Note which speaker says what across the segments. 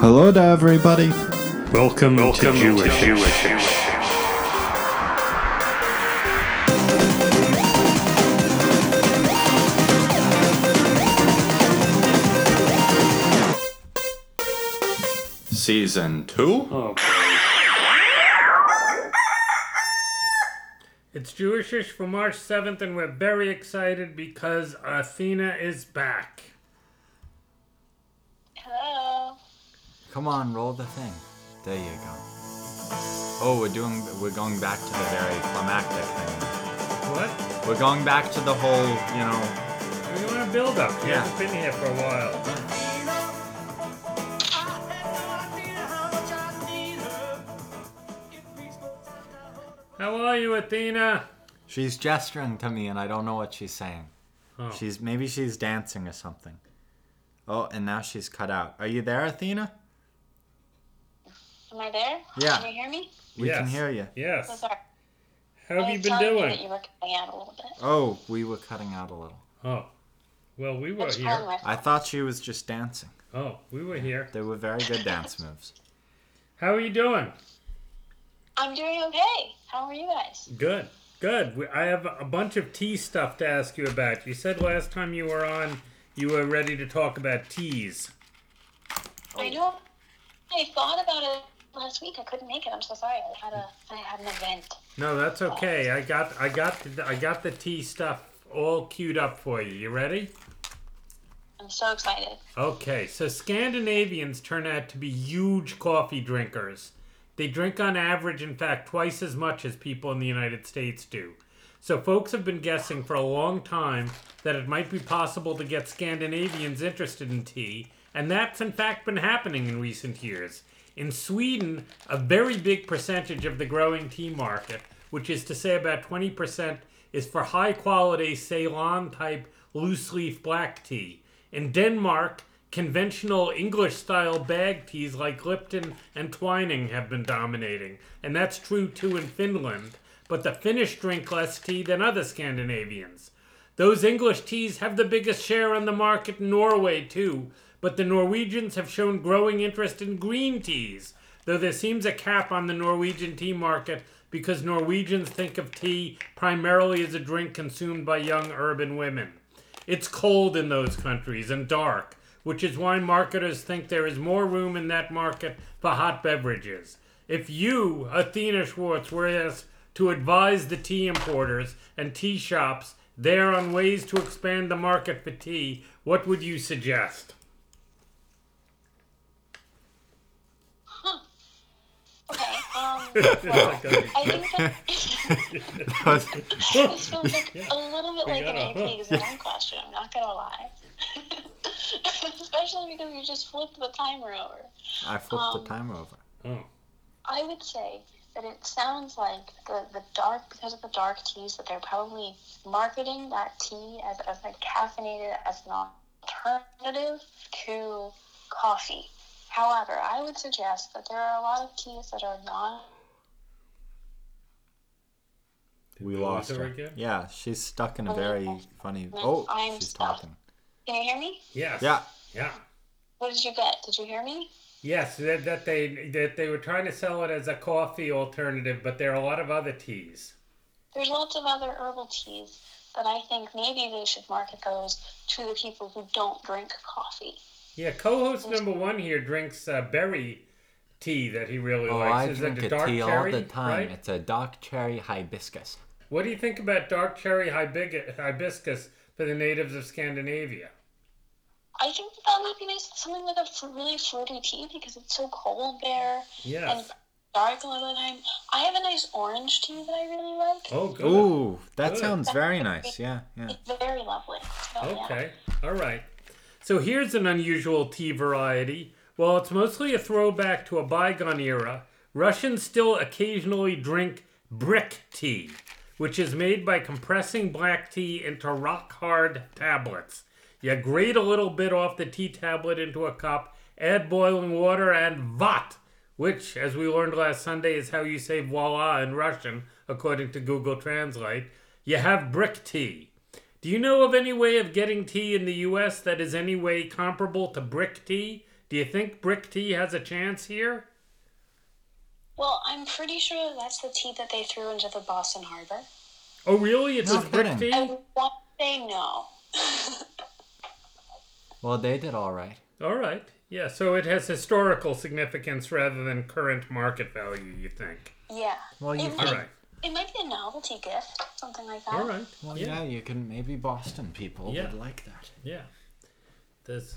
Speaker 1: Hello there, everybody.
Speaker 2: Welcome,
Speaker 3: Welcome
Speaker 2: to Jewish.
Speaker 3: to Jewish.
Speaker 1: Season two.
Speaker 2: Oh,
Speaker 4: It's Jewishish for March 7th, and we're very excited because Athena is back.
Speaker 5: Hello.
Speaker 6: Come on, roll the thing. There you go. Oh, we're doing. We're going back to the very climactic thing.
Speaker 4: What?
Speaker 6: We're going back to the whole, you know.
Speaker 4: We want to build up. You
Speaker 6: Yeah.
Speaker 4: haven't been here for a while. How are you, Athena?
Speaker 6: She's gesturing to me, and I don't know what she's saying.
Speaker 4: Oh.
Speaker 6: She's maybe she's dancing or something. Oh, and now she's cut out. Are you there, Athena?
Speaker 5: Am I there?
Speaker 6: Yeah.
Speaker 5: Can you hear me?
Speaker 6: We can
Speaker 4: Yes.
Speaker 6: hear you.
Speaker 5: So
Speaker 4: Yes.
Speaker 5: sorry.
Speaker 4: How
Speaker 5: I
Speaker 4: have you
Speaker 5: was
Speaker 4: been
Speaker 5: telling that
Speaker 4: doing?
Speaker 5: you were cutting out a little bit.
Speaker 6: Oh, we were cutting out a little.
Speaker 4: Oh. Well, we were
Speaker 5: What's
Speaker 4: here.
Speaker 5: wrong with?
Speaker 6: I thought she was just dancing.
Speaker 4: Oh, we were here.
Speaker 6: They were very good dance moves.
Speaker 4: How are you doing?
Speaker 5: I'm doing okay. How are you guys?
Speaker 4: Good. Good. We, I have a bunch of tea stuff to ask you about. You said last time you were on, you were ready to talk about teas.
Speaker 5: I know. I thought about it last week. I couldn't make it. I'm so sorry. I had a I had an event.
Speaker 4: No, that's okay. I got I got the, I got the tea stuff all queued up for you. You ready?
Speaker 5: I'm so excited.
Speaker 4: Okay. So Scandinavians turn out to be huge coffee drinkers. They drink on average in fact twice as much as people in the United States do. So folks have been guessing for a long time that it might be possible to get Scandinavians interested in tea, and that's in fact been happening in recent years. In Sweden, a very big percentage of the growing tea market, which is to say about 20%, is for high quality Ceylon type loose leaf black tea. In Denmark, conventional English style bag teas like Lipton and Twining have been dominating, and that's true too in Finland, but the Finnish drink less tea than other Scandinavians. Those English teas have the biggest share on the market in Norway, too, but the Norwegians have shown growing interest in green teas, though there seems a cap on the Norwegian tea market because Norwegians think of tea primarily as a drink consumed by young urban women. It's cold in those countries and dark, which is why marketers think there is more room in that market for hot beverages. If you, Athena Schwartz, were asked to advise the tea importers and tea shops there on ways to expand the market for tea, what would you suggest?
Speaker 5: Okay. Um.
Speaker 4: Oh,
Speaker 5: Well, I think that
Speaker 6: That was-
Speaker 5: this feels like a little bit like an
Speaker 4: gotta-
Speaker 5: AP exam question. I'm not gonna lie. Especially because you just flipped the timer over.
Speaker 6: I flipped the timer over.
Speaker 4: Oh,
Speaker 5: I would say that it sounds like the, the dark because of the dark teas that they're probably marketing that tea as, as like caffeinated as an alternative to coffee. However, I would suggest that there are a lot of teas that are non
Speaker 6: We
Speaker 4: we
Speaker 6: lost
Speaker 4: lose her
Speaker 6: her.
Speaker 4: again?
Speaker 6: Yeah, she's stuck in a very funny. Oh,
Speaker 5: I'm
Speaker 6: she's
Speaker 5: stuck.
Speaker 6: talking.
Speaker 5: Can you hear me?
Speaker 4: yes.
Speaker 6: Yeah,
Speaker 4: Yeah.
Speaker 5: What did you get? Did you hear me?
Speaker 4: Yes, that, that they that they were trying to sell it as a coffee alternative, but there are a lot of other teas.
Speaker 5: There's lots of other herbal teas, but I think maybe they should market those to the people who don't drink coffee.
Speaker 4: Yeah, co-host number one here drinks uh, berry tea that he really
Speaker 6: Oh,
Speaker 4: likes.
Speaker 6: I
Speaker 4: Is
Speaker 6: drink
Speaker 4: it the
Speaker 6: a
Speaker 4: dark
Speaker 6: tea
Speaker 4: cherry?
Speaker 6: all the time.
Speaker 4: Right?
Speaker 6: It's a dark cherry hibiscus.
Speaker 4: What do you think about dark cherry hibig- hibiscus for the natives of Scandinavia?
Speaker 5: I think that, that would be nice. Something like a fr- really fruity tea because it's so cold there and
Speaker 4: Yes.
Speaker 5: dark a lot of the time. I have a nice orange tea that I really like.
Speaker 4: Oh, good.
Speaker 6: Ooh, that
Speaker 4: Good.
Speaker 6: sounds very nice. Yeah, yeah.
Speaker 5: It's very lovely. So, yeah.
Speaker 4: Okay. All right. So here's an unusual tea variety. While it's mostly a throwback to a bygone era, Russians still occasionally drink brick tea, which is made by compressing black tea into rock hard tablets. You grate a little bit off the tea tablet into a cup, add boiling water and vat, which, as we learned last Sunday, is how you say voila in Russian, according to Google Translate. You have brick tea. Do you know of any way of getting tea in the US that is any way comparable to brick tea? Do you think brick tea has a chance here?
Speaker 5: Well, I'm pretty sure that's the tea that they threw into the Boston Harbor.
Speaker 4: Oh, really? It's
Speaker 6: No
Speaker 4: just brick
Speaker 6: kidding.
Speaker 5: I
Speaker 4: tea?
Speaker 5: want to say no.
Speaker 6: Well, they did all right.
Speaker 4: All right. Yeah, so it has historical significance rather than current market value, you think?
Speaker 5: yeah.
Speaker 6: Well, you-
Speaker 5: it,
Speaker 4: All
Speaker 5: might,
Speaker 4: right.
Speaker 5: it might be a novelty gift, something like that.
Speaker 4: All right.
Speaker 6: Well,
Speaker 4: yeah.
Speaker 6: yeah, you can. Maybe Boston people
Speaker 4: Yeah.
Speaker 6: would like that.
Speaker 4: Yeah. There's.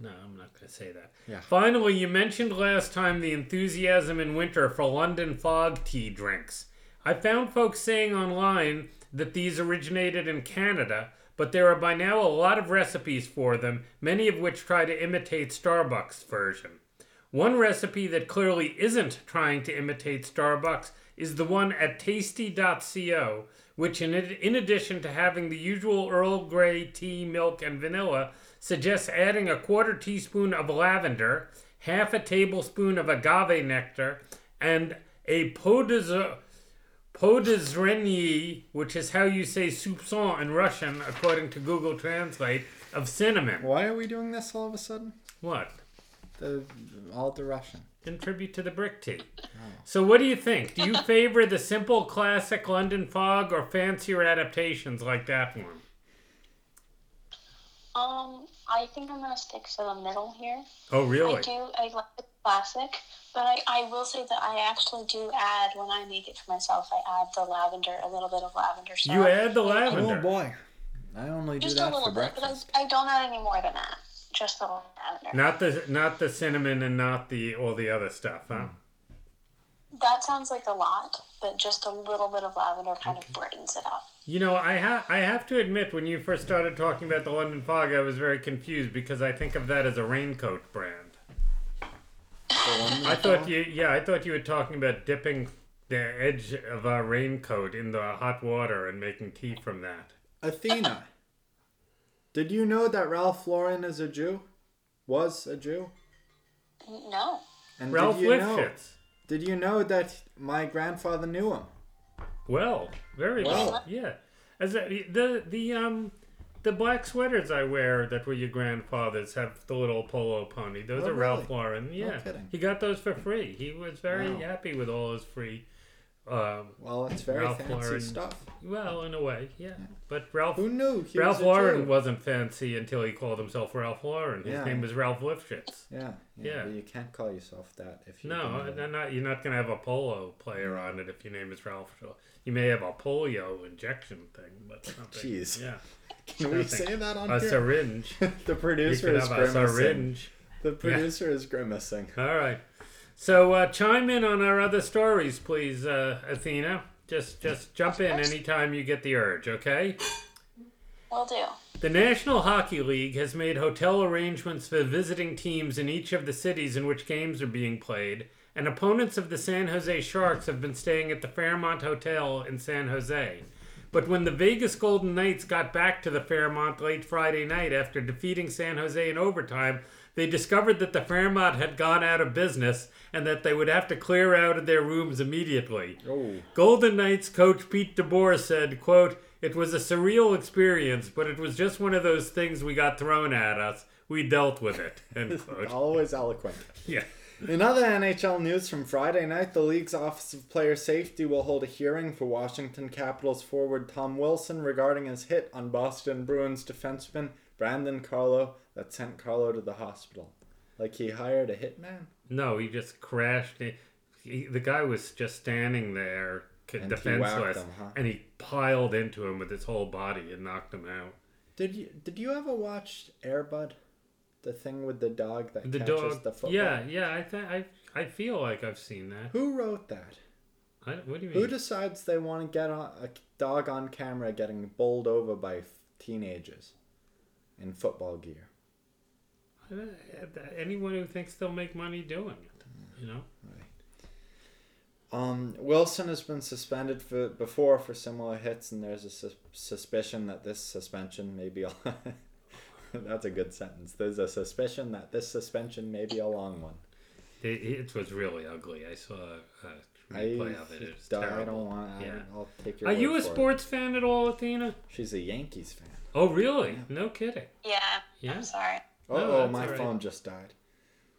Speaker 4: No, I'm not going to say that.
Speaker 6: Yeah.
Speaker 4: Finally, you mentioned last time the enthusiasm in winter for London fog tea drinks. I found folks saying online that these originated in Canada, but there are by now a lot of recipes for them, many of which try to imitate Starbucks' version. One recipe that clearly isn't trying to imitate Starbucks is the one at tasty.co, which, in, in addition to having the usual Earl Grey tea, milk, and vanilla, suggests adding a quarter teaspoon of lavender, half a tablespoon of agave nectar, and a pot de zo- pot de zrenyi, which is how you say soupçon in Russian, according to Google Translate, of cinnamon.
Speaker 6: Why are we doing this all of a sudden?
Speaker 4: What?
Speaker 6: The all the Russian.
Speaker 4: contribute to the brick tea.
Speaker 6: Oh.
Speaker 4: So, what do you think? Do you favor the simple classic London fog or fancier adaptations like that one?
Speaker 5: Um, I think I'm gonna stick to the middle here.
Speaker 4: Oh,
Speaker 5: I
Speaker 4: really?
Speaker 5: do. I like the classic, but I, I will say that I actually do add when I make it for myself. I add the lavender, a little bit of lavender. Syrup.
Speaker 4: You add the lavender.
Speaker 6: Oh boy, I only do
Speaker 5: just a
Speaker 6: that
Speaker 5: little
Speaker 6: for
Speaker 5: bit,
Speaker 6: breakfast.
Speaker 5: but I, I don't add any more than that. Just the lavender.
Speaker 4: Not the not the cinnamon and not the all the other stuff, huh?
Speaker 5: That sounds like a lot, but just a little bit of lavender kind of brightens it up.
Speaker 4: You know, I ha- I have to admit, when you first started talking about the London fog, I was very confused because I think of that as a raincoat brand. I thought you, yeah, I thought you were talking about dipping the edge of a raincoat in the hot water and making tea from that.
Speaker 2: Athena, did you know that Ralph Lauren is a Jew? Was a Jew?
Speaker 5: No,
Speaker 2: And
Speaker 4: Ralph
Speaker 2: did you know?
Speaker 4: Lifshitz.
Speaker 2: Did you know that my grandfather knew him?
Speaker 4: Well, very well.
Speaker 2: Well.
Speaker 4: Yeah, as a, the the um the black sweaters I wear that were your grandfather's have the little polo pony. Those
Speaker 2: Oh,
Speaker 4: are Ralph
Speaker 2: really?
Speaker 4: Lauren. Yeah,
Speaker 2: kidding.
Speaker 4: he got those for free. He was very
Speaker 2: Wow.
Speaker 4: happy with all his free. Uh,
Speaker 2: Well, it's very
Speaker 4: Ralph
Speaker 2: fancy
Speaker 4: Lauren.
Speaker 2: stuff.
Speaker 4: well, in a way, yeah. But Ralph
Speaker 2: Who knew he
Speaker 4: Ralph
Speaker 2: was a
Speaker 4: Lauren
Speaker 2: Jew?
Speaker 4: wasn't fancy until he called himself Ralph Lauren. His
Speaker 2: Yeah.
Speaker 4: name was Ralph Lifshitz.
Speaker 2: Yeah,
Speaker 4: Yeah.
Speaker 2: yeah. But you can't call yourself that if you.
Speaker 4: No,
Speaker 2: don't know.
Speaker 4: they're not, you're not going to have a polo player on it if your name is Ralph. Shaw. You may have a polio injection thing, but something.
Speaker 2: Jeez.
Speaker 4: Yeah.
Speaker 2: Can we say that on
Speaker 4: A
Speaker 2: here?
Speaker 4: syringe.
Speaker 2: the
Speaker 4: you
Speaker 2: producer
Speaker 4: could
Speaker 2: is
Speaker 4: have a
Speaker 2: grimacing.
Speaker 4: syringe.
Speaker 2: The producer is grimacing.
Speaker 4: All right. So uh, chime in on our other stories, please, uh, Athena. Just just jump in anytime you get the urge, okay?
Speaker 5: will do.
Speaker 4: The National Hockey League has made hotel arrangements for visiting teams in each of the cities in which games are being played, and opponents of the San Jose Sharks have been staying at the Fairmont Hotel in San Jose. But when the Vegas Golden Knights got back to the Fairmont late Friday night after defeating San Jose in overtime, they discovered that the Fairmont had gone out of business and that they would have to clear out of their rooms immediately.
Speaker 2: Oh,
Speaker 4: Golden Knights coach Pete DeBoer said, quote, It was a surreal experience, but it was just one of those things we got thrown at us. We dealt with it, end quote.
Speaker 2: always eloquent.
Speaker 4: Yeah.
Speaker 2: In other NHL news from Friday night, the league's Office of Player Safety will hold a hearing for Washington Capitals forward Tom Wilson regarding his hit on Boston Bruins defenseman Brandon Carlo that sent Carlo to the hospital. Like he hired a hitman?
Speaker 4: No, he just crashed. in- He, the guy was just standing there, c-
Speaker 2: And he whacked
Speaker 4: defenseless,
Speaker 2: him, huh?
Speaker 4: and he piled into him with his whole body and knocked him out.
Speaker 2: Did you did you ever watch Airbud? The thing with the dog that
Speaker 4: The
Speaker 2: catches
Speaker 4: dog.
Speaker 2: the football?
Speaker 4: yeah, yeah. I, th- I I feel like I've seen that.
Speaker 2: Who wrote that?
Speaker 4: I, what do you mean?
Speaker 2: Who decides they want to get on, a dog on camera getting bowled over by f- teenagers in football gear?
Speaker 4: Uh, Anyone who thinks they'll make money doing it, you know.
Speaker 2: Um, Wilson has been suspended for before for similar hits, and there's a sus- suspicion that this suspension may be. A That's a good sentence. There's a suspicion that this suspension may be a long one.
Speaker 4: It, it was really ugly. I saw a a
Speaker 2: I,
Speaker 4: replay of it. It was
Speaker 2: don't-
Speaker 4: terrible.
Speaker 2: I don't want.
Speaker 4: Yeah.
Speaker 2: I, I'll take your.
Speaker 4: Are
Speaker 2: word
Speaker 4: you
Speaker 2: for
Speaker 4: a
Speaker 2: it.
Speaker 4: sports fan at all, Athena?
Speaker 2: She's a Yankees fan.
Speaker 4: Oh, really? No kidding.
Speaker 5: Yeah,
Speaker 4: Yeah.
Speaker 5: I'm sorry.
Speaker 2: Oh,
Speaker 4: No, that's
Speaker 2: my
Speaker 4: all right.
Speaker 2: phone just died.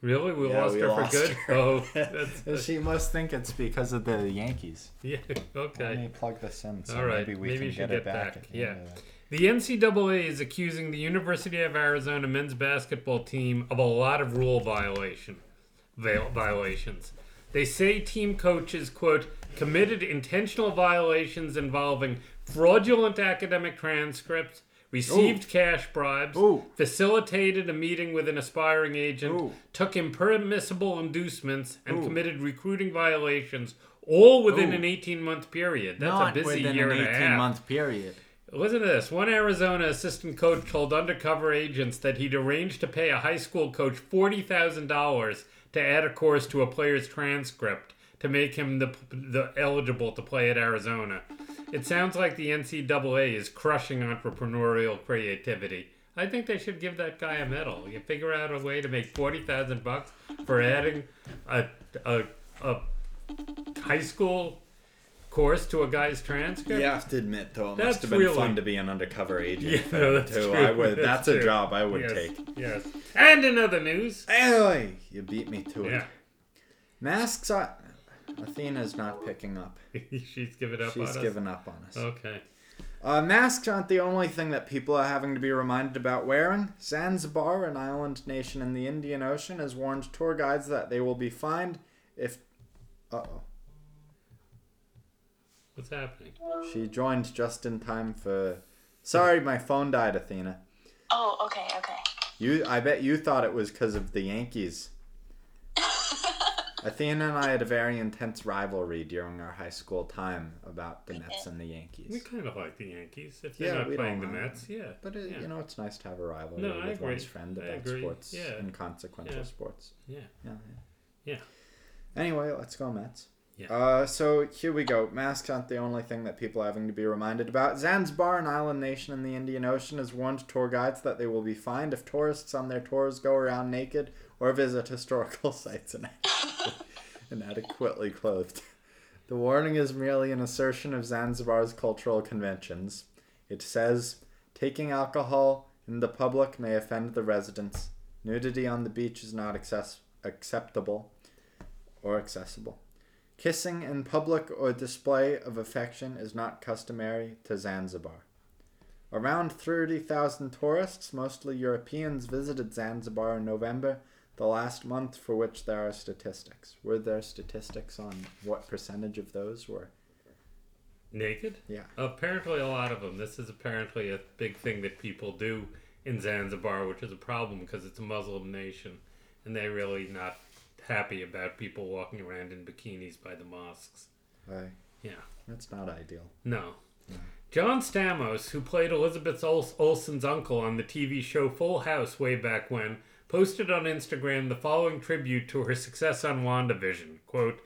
Speaker 4: Really? We
Speaker 2: Yeah,
Speaker 4: lost
Speaker 2: we
Speaker 4: her
Speaker 2: lost
Speaker 4: for good?
Speaker 2: her.
Speaker 4: Oh, that's.
Speaker 2: She must think it's because of the Yankees.
Speaker 4: Yeah,
Speaker 2: Let me
Speaker 4: okay.
Speaker 2: plug this in. So
Speaker 4: All right.
Speaker 2: Maybe we
Speaker 4: Maybe
Speaker 2: can
Speaker 4: you should
Speaker 2: get,
Speaker 4: get
Speaker 2: it back.
Speaker 4: back.
Speaker 2: at the end
Speaker 4: Yeah.
Speaker 2: of it.
Speaker 4: The NCAA is accusing the University of Arizona men's basketball team of a lot of rule violation viol- violations. They say team coaches quote committed intentional violations involving fraudulent academic transcripts, received cash bribes,
Speaker 2: Ooh.
Speaker 4: facilitated a meeting with an aspiring agent,
Speaker 2: Ooh.
Speaker 4: took impermissible inducements, and committed recruiting violations. All within
Speaker 6: Ooh.
Speaker 4: an 18-month period. That's
Speaker 6: Not
Speaker 4: a busy
Speaker 6: within
Speaker 4: year
Speaker 6: an
Speaker 4: and a half.
Speaker 6: month period.
Speaker 4: Listen to this. One Arizona assistant coach told undercover agents that he'd arranged to pay a high school coach $40,000 to add a course to a player's transcript to make him the, the eligible to play at Arizona. It sounds like the NCAA is crushing entrepreneurial creativity. I think they should give that guy a medal. You figure out a way to make 40,000 bucks for adding a, a, a high school course to a guy's transcript?
Speaker 2: You have to admit, though, it
Speaker 4: That's
Speaker 2: must have been
Speaker 4: really-
Speaker 2: fun to be an undercover agent.
Speaker 4: Yeah,
Speaker 2: for
Speaker 4: no,
Speaker 2: them,
Speaker 4: that's
Speaker 2: too.
Speaker 4: true.
Speaker 2: I would.
Speaker 4: That's
Speaker 2: That's,
Speaker 4: true.
Speaker 2: a job I would
Speaker 4: yes,
Speaker 2: take.
Speaker 4: Yes. And in other news,
Speaker 2: Anyway, you beat me to it.
Speaker 4: yeah,
Speaker 2: Masks on. Athena's not picking up.
Speaker 4: she's giving up on
Speaker 2: She's
Speaker 4: us. Oh,
Speaker 2: given up on us.
Speaker 4: Okay.
Speaker 2: Uh, masks aren't the only thing that people are having to be reminded about wearing. Zanzibar, an island nation in the Indian Ocean, has warned tour guides that they will be fined if. Uh oh.
Speaker 4: What's happening?
Speaker 2: She joined just in time for. Sorry, my phone died, Athena.
Speaker 5: Oh, okay, okay.
Speaker 2: You, I bet you thought it was because of the Yankees. Athena and I had a very intense rivalry during our high school time about the Mets and the
Speaker 4: We
Speaker 2: Yankees.
Speaker 4: kind of like the Yankees if they're
Speaker 2: Yeah,
Speaker 4: not
Speaker 2: we
Speaker 4: playing the
Speaker 2: don't mind.
Speaker 4: Mets. Yeah.
Speaker 2: But it,
Speaker 4: yeah.
Speaker 2: you know, it's nice to have a rivalry
Speaker 4: No, I
Speaker 2: with one's
Speaker 4: agree.
Speaker 2: friend
Speaker 4: I
Speaker 2: about
Speaker 4: agree.
Speaker 2: sports
Speaker 4: Yeah.
Speaker 2: and consequential
Speaker 4: Yeah.
Speaker 2: sports.
Speaker 4: Yeah.
Speaker 2: Yeah,
Speaker 4: Yeah.
Speaker 2: Anyway, let's go Mets.
Speaker 4: Yeah.
Speaker 2: Uh, so here we go. Masks aren't the only thing that people are having to be reminded about. Zanzibar, an island nation in the Indian Ocean, has warned tour guides that they will be fined if tourists on their tours go around naked or visit historical sites inadequately, inadequately clothed. The warning is merely an assertion of Zanzibar's cultural conventions. It says taking alcohol in the public may offend the residents. Nudity on the beach is not access- acceptable or accessible. Kissing in public or display of affection is not customary to Zanzibar. Around 30,000 tourists, mostly Europeans, visited Zanzibar in November, the last month for which there are statistics. Were there statistics on what percentage of those were?
Speaker 4: Naked?
Speaker 2: Yeah.
Speaker 4: Apparently, a lot of them. This is apparently a big thing that people do in Zanzibar, which is a problem because it's a Muslim nation, and they're really not happy about people walking around in bikinis by the mosques.
Speaker 2: Aye,
Speaker 4: Yeah.
Speaker 2: that's not ideal.
Speaker 4: No. John Stamos, who played Elizabeth Ol- Olsen's uncle on the TV show Full House way back when, posted on Instagram the following tribute to her success on WandaVision. Quote,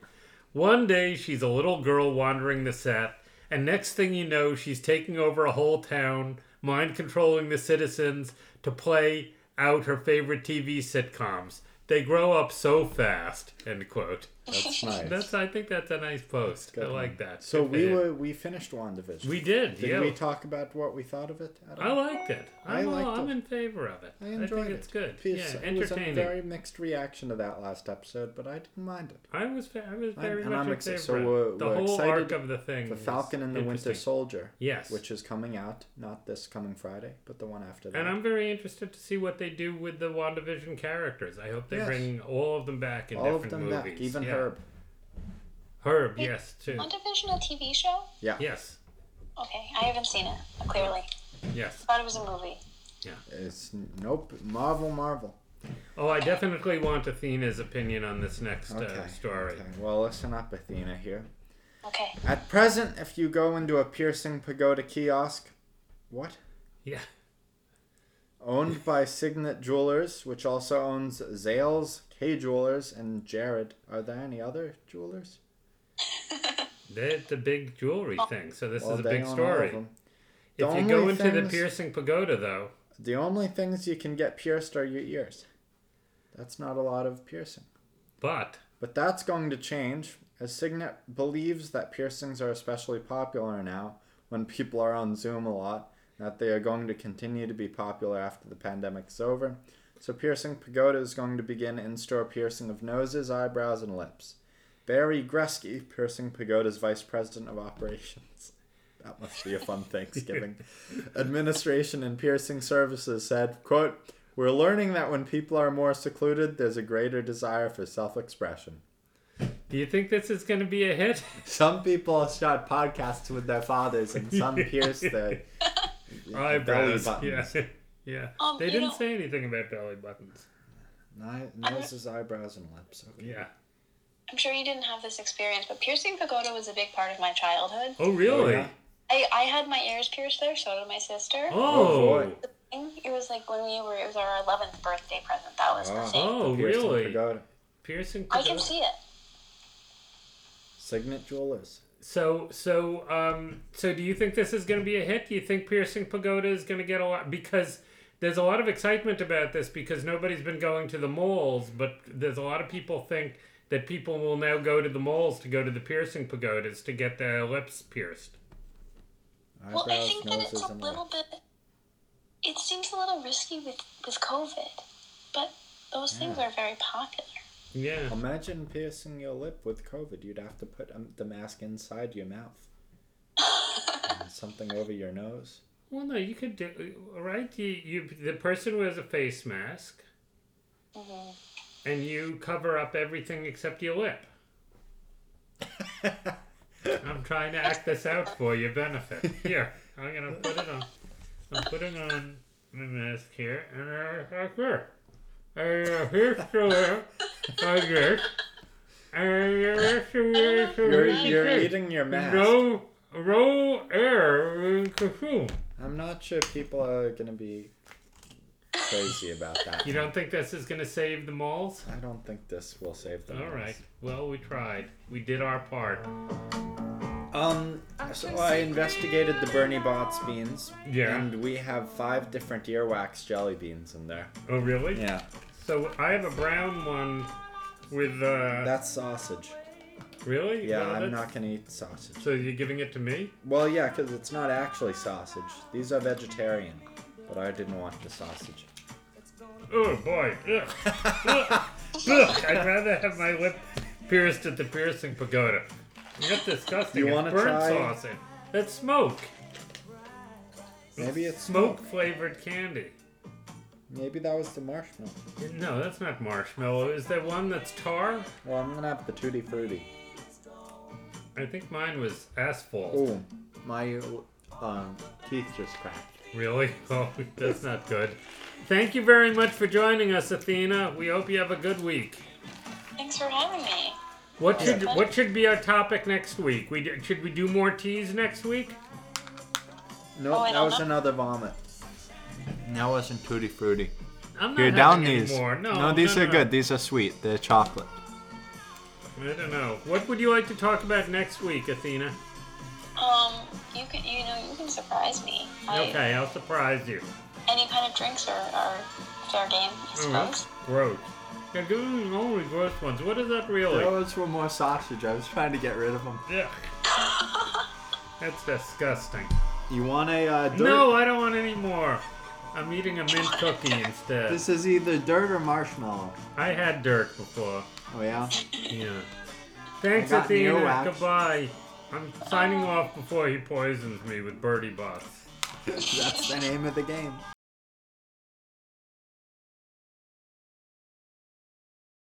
Speaker 4: One day she's a little girl wandering the set, and next thing you know, she's taking over a whole town, mind controlling the citizens to play out her favorite TV sitcoms. They grow up so fast. End quote.
Speaker 2: That's nice.
Speaker 4: That's I think that's a nice post. I like that.
Speaker 2: so
Speaker 4: Good for him.
Speaker 2: we were we finished WandaVision.
Speaker 4: We did,
Speaker 2: Did
Speaker 4: yeah.
Speaker 2: we talk about what we thought of it? At all?
Speaker 4: I liked it. I'm,
Speaker 2: I liked
Speaker 4: all- I'm
Speaker 2: it.
Speaker 4: in favor of it.
Speaker 2: I enjoyed
Speaker 4: think
Speaker 2: it.
Speaker 4: it's good.
Speaker 2: Peace.
Speaker 4: Yeah,
Speaker 2: It was a
Speaker 4: entertaining.
Speaker 2: very mixed reaction to that last episode, but I didn't mind it.
Speaker 4: I was fa- I was
Speaker 2: I'm-
Speaker 4: very
Speaker 2: and
Speaker 4: much
Speaker 2: I'm
Speaker 4: in
Speaker 2: ex- so
Speaker 4: favor.
Speaker 2: we're-
Speaker 4: the
Speaker 2: we're
Speaker 4: whole
Speaker 2: excited
Speaker 4: arc of the thing.
Speaker 2: The
Speaker 4: was
Speaker 2: Falcon and the Winter
Speaker 4: interesting.
Speaker 2: Soldier.
Speaker 4: Yes.
Speaker 2: Which is coming out not this coming Friday, but the one after that.
Speaker 4: And I'm very interested to see what they do with the WandaVision characters. I hope they
Speaker 2: Yes.
Speaker 4: bring all of them back in
Speaker 2: all
Speaker 4: different
Speaker 2: of them
Speaker 4: movies.
Speaker 2: back, even
Speaker 4: Yeah.
Speaker 2: Herb.
Speaker 4: Herb, yes, too.
Speaker 5: WandaVision, a TV show?
Speaker 2: Yeah,
Speaker 4: Yes,
Speaker 5: Okay, I haven't seen it, clearly.
Speaker 4: yes.
Speaker 5: Thought it was a movie.
Speaker 2: it's nope. Marvel, Marvel.
Speaker 4: Oh, I definitely want Athena's opinion on this next uh,
Speaker 2: Okay,
Speaker 4: story.
Speaker 2: okay. Well, listen up, Athena. Here.
Speaker 5: Okay.
Speaker 2: At present, if you go into a piercing pagoda kiosk, what?
Speaker 4: Yeah.
Speaker 2: Owned by Signet Jewelers, which also owns Zales, K Jewelers, and Jared. Are there any other jewelers?
Speaker 4: They're the big jewelry thing, so this
Speaker 2: Well,
Speaker 4: is a
Speaker 2: they
Speaker 4: big
Speaker 2: own all of
Speaker 4: story.
Speaker 2: them. The
Speaker 4: If you go
Speaker 2: only
Speaker 4: into the
Speaker 2: things-
Speaker 4: piercing pagoda, though,
Speaker 2: The only things you can get pierced are your ears. That's not a lot of piercing.
Speaker 4: but
Speaker 2: But that's going to change, as Signet believes that piercings are especially popular now when people are on Zoom a lot, and that they are going to continue to be popular after the pandemic's over. so piercing pagoda is going to begin in-store piercing of noses, eyebrows, and lips. Barry Gresky, piercing pagoda's vice president of operations. That must be a fun Thanksgiving. Administration and piercing services said, quote, "We're learning that when people are more secluded, there's a greater desire for self-expression."
Speaker 4: Do you think this is going to be a hit?
Speaker 2: Some people start podcasts with their fathers, and some pierce their
Speaker 4: Eyebrows.
Speaker 2: belly
Speaker 4: Yeah.
Speaker 2: buttons.
Speaker 4: yeah.
Speaker 5: Um,
Speaker 4: they
Speaker 5: you
Speaker 4: didn't
Speaker 5: know-
Speaker 4: say anything about belly buttons.
Speaker 2: Ni- Noses, eyebrows, and lips. Okay.
Speaker 4: Yeah.
Speaker 5: I'm sure you didn't have this experience, but piercing pagoda was a big part of my childhood.
Speaker 4: Oh, really?
Speaker 2: yeah.
Speaker 5: I, I had my ears pierced there, so did my sister.
Speaker 4: Oh.
Speaker 2: Oh, boy.
Speaker 5: It was like when we were, it was our 11th birthday present. That was
Speaker 6: Uh-huh.
Speaker 2: Wow.
Speaker 5: the thing.
Speaker 4: Oh,
Speaker 2: Piercing
Speaker 4: really?
Speaker 2: pagoda.
Speaker 4: Piercing.
Speaker 5: I can
Speaker 4: pagoda.
Speaker 5: see it.
Speaker 2: Signet jewelers.
Speaker 4: So so um so do you think this is going to be a hit? Do you think Piercing Pagoda is going to get a lot because there's a lot of excitement about this because nobody's been going to the moles, but there's a lot of people think that people will now go to the moles to go to the piercing pagodas to get their lips pierced.
Speaker 5: Well,
Speaker 2: Eyebrows,
Speaker 5: I think that
Speaker 2: noses,
Speaker 5: it's a
Speaker 2: and
Speaker 5: little
Speaker 2: lips.
Speaker 5: bit. It seems a little risky with with COVID, but those things are very popular.
Speaker 4: Yeah.
Speaker 2: Imagine piercing your lip with COVID. You'd have to put um, the mask inside your mouth. and something over your nose.
Speaker 4: Well, no, you could do right. You, you the person wears a face mask, and you cover up everything except your lip. I'm trying to act this out for your benefit. Here, I'm gonna put it on. I'm putting on my mask here, and I uh, here. I uh, here's the lip like this, and the rest of it is
Speaker 2: You're,
Speaker 4: really
Speaker 2: you're
Speaker 4: thin.
Speaker 2: eating your mask.
Speaker 4: No, no air in cocoon.
Speaker 2: I'm not sure people are going to be crazy about that.
Speaker 4: You don't think this is going to save the malls?
Speaker 2: I don't think this will save them.
Speaker 4: All right. Well, we tried. We did our part.
Speaker 2: Um, so I investigated the Bernie Bott's beans.
Speaker 4: Yeah.
Speaker 2: And we have five different earwax jelly beans in there.
Speaker 4: Oh, really?
Speaker 2: Yeah.
Speaker 4: So I have a brown one with. Uh,
Speaker 2: That's sausage.
Speaker 4: really?
Speaker 2: Yeah,
Speaker 4: Well,
Speaker 2: I'm
Speaker 4: that's-
Speaker 2: not going to eat sausage.
Speaker 4: So you're giving it to me?
Speaker 2: Well, yeah, because it's not actually sausage. These are vegetarian, but I didn't want the sausage.
Speaker 4: Oh boy! Ugh. Ugh. Ugh. I'd rather have my lip pierced at the piercing pagoda. That's disgusting.
Speaker 2: You
Speaker 4: It's
Speaker 2: wanna
Speaker 4: burnt
Speaker 2: try-
Speaker 4: sausage. That's smoke.
Speaker 2: Maybe it's
Speaker 4: Smoke flavored candy.
Speaker 2: Maybe that was the marshmallow.
Speaker 4: No, that's not marshmallow. Is there one that's tar?
Speaker 2: Well, I'm gonna have the tutti frutti.
Speaker 4: I think mine was asphalt.
Speaker 2: Oh, my
Speaker 6: uh,
Speaker 2: um, teeth just cracked.
Speaker 4: Really? Oh, that's not good. Thank you very much for joining us, Athena. We hope you have a good week.
Speaker 5: Thanks for having me.
Speaker 4: What should what should be our topic next week? We d- should we do more teas next week?
Speaker 2: No,
Speaker 5: Oh, I
Speaker 2: that
Speaker 5: don't
Speaker 2: was
Speaker 5: know.
Speaker 2: another vomit.
Speaker 6: That wasn't tutti frutti.
Speaker 4: I'm not
Speaker 6: You're down
Speaker 4: having any
Speaker 6: these.
Speaker 4: more. No,
Speaker 6: these
Speaker 4: no,
Speaker 6: are
Speaker 4: no.
Speaker 6: good. These are sweet. They're chocolate.
Speaker 4: I don't know. What would you like to talk about next week, Athena?
Speaker 5: Um, you can you know you can surprise me. I,
Speaker 4: Okay, I'll surprise you.
Speaker 5: any kind of drinks are, are fair game, I
Speaker 4: Oh,
Speaker 5: suppose.
Speaker 4: that's gross. They're doing only gross ones. What is that really?
Speaker 2: Those were more sausage. I was trying to get rid of them.
Speaker 4: Ugh. That's disgusting.
Speaker 2: You want a uh, dirt?
Speaker 4: No, I don't want any more. I'm eating a mint cookie instead.
Speaker 2: This is either dirt or marshmallow.
Speaker 4: I had dirt before.
Speaker 2: Oh yeah.
Speaker 4: Yeah. Thanks,
Speaker 2: I got an
Speaker 4: Athena.
Speaker 2: earwax.
Speaker 4: Goodbye. I'm signing off before he poisons me with birdie bots.
Speaker 2: That's the name of the game.